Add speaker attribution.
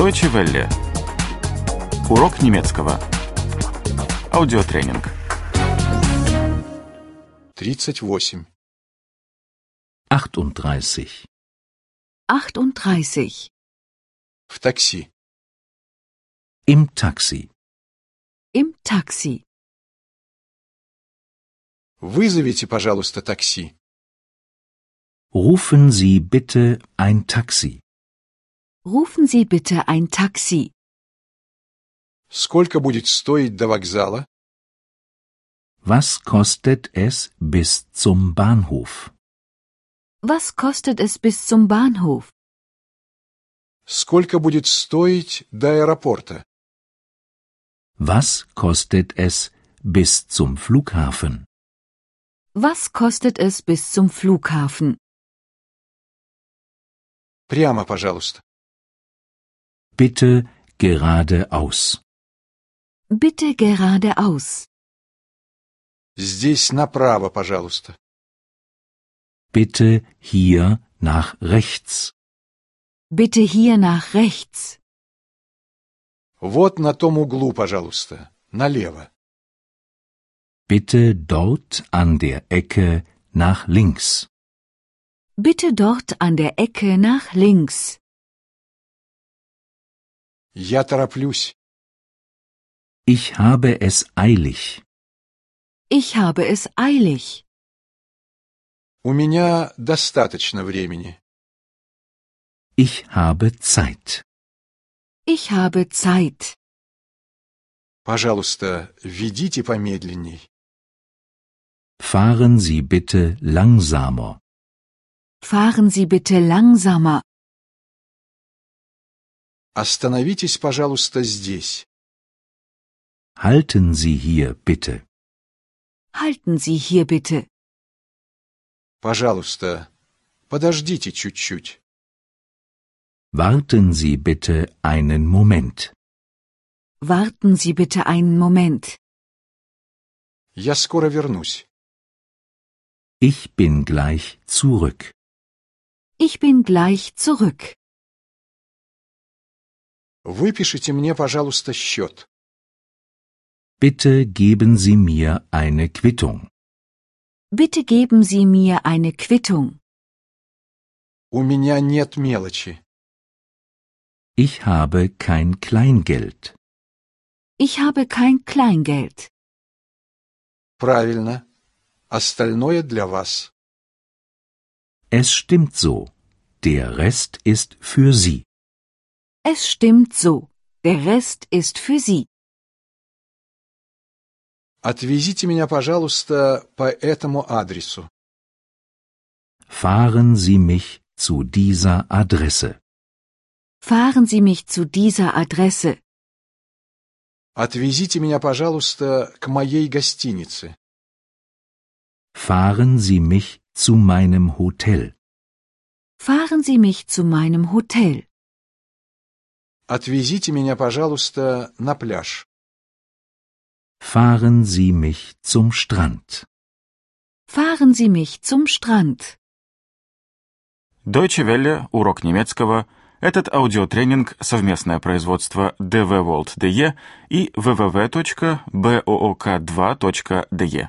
Speaker 1: Deutsche Welle. Урок немецкого. Аудиотренинг.
Speaker 2: 38.
Speaker 3: 38.
Speaker 4: 38.
Speaker 2: В такси.
Speaker 3: Im Taxi.
Speaker 4: Im Taxi.
Speaker 2: Вызовите, пожалуйста, такси.
Speaker 3: Rufen Sie bitte ein Taxi.
Speaker 4: Rufen Sie bitte ein Taxi.
Speaker 2: Сколько будет стоить до вокзала?
Speaker 3: Was kostet es bis zum Bahnhof?
Speaker 4: Was kostet es bis zum Bahnhof?
Speaker 2: Сколько будет стоить до аэропорта?
Speaker 3: Was kostet es bis zum Flughafen?
Speaker 4: Was kostet es bis zum Flughafen?
Speaker 2: Прямо, пожалуйста.
Speaker 3: Bitte geradeaus.
Speaker 4: Bitte geradeaus.
Speaker 2: Здесь направо, пожалуйста.
Speaker 3: Bitte hier nach rechts.
Speaker 4: Bitte hier nach rechts.
Speaker 2: Вот на том углу, пожалуйста. Налево.
Speaker 3: Bitte dort an der Ecke nach links.
Speaker 4: Bitte dort an der Ecke nach links.
Speaker 2: Я тороплюсь.
Speaker 3: Ich habe es eilig.
Speaker 4: Ich habe es eilig.
Speaker 2: У меня достаточно времени.
Speaker 3: Ich habe Zeit.
Speaker 4: Ich habe Zeit.
Speaker 2: Пожалуйста, ведите помедленней.
Speaker 3: Fahren Sie bitte langsamer.
Speaker 4: Fahren Sie bitte langsamer.
Speaker 2: Остановитесь, пожалуйста, здесь.
Speaker 3: Halten Sie hier bitte.
Speaker 4: Halten Sie hier bitte.
Speaker 2: Пожалуйста, подождите чуть-чуть.
Speaker 3: Warten Sie bitte einen Moment.
Speaker 4: Warten Sie bitte einen Moment.
Speaker 2: Я скоро вернусь.
Speaker 3: Ich bin gleich zurück.
Speaker 4: Ich bin gleich zurück.
Speaker 2: Выпишите мне, пожалуйста, счет.
Speaker 3: Bitte geben Sie mir eine Quittung.
Speaker 4: Bitte geben Sie mir eine Quittung.
Speaker 2: У меня нет мелочи.
Speaker 3: Ich habe kein Kleingeld.
Speaker 4: Ich habe kein Kleingeld.
Speaker 2: Правильно. Остальное для вас.
Speaker 3: Es stimmt so. Der Rest ist für Sie.
Speaker 4: Es stimmt so. Der Rest ist für Sie.
Speaker 2: Отвезите меня, пожалуйста, по этому адресу.
Speaker 3: Fahren Sie mich zu dieser Adresse.
Speaker 4: Fahren Sie mich zu dieser Adresse.
Speaker 2: Отвезите меня, пожалуйста, к моей гостинице.
Speaker 3: Fahren Sie mich zu meinem Hotel.
Speaker 4: Fahren Sie mich zu meinem Hotel.
Speaker 2: Отвезите меня, пожалуйста, на пляж.
Speaker 3: Fahren Sie mich zum Strand.
Speaker 4: Fahren Sie mich zum Strand.
Speaker 1: Deutsche Welle. Урок немецкого. Этот аудиотренинг – совместное производство DW World DE и www.book2.de.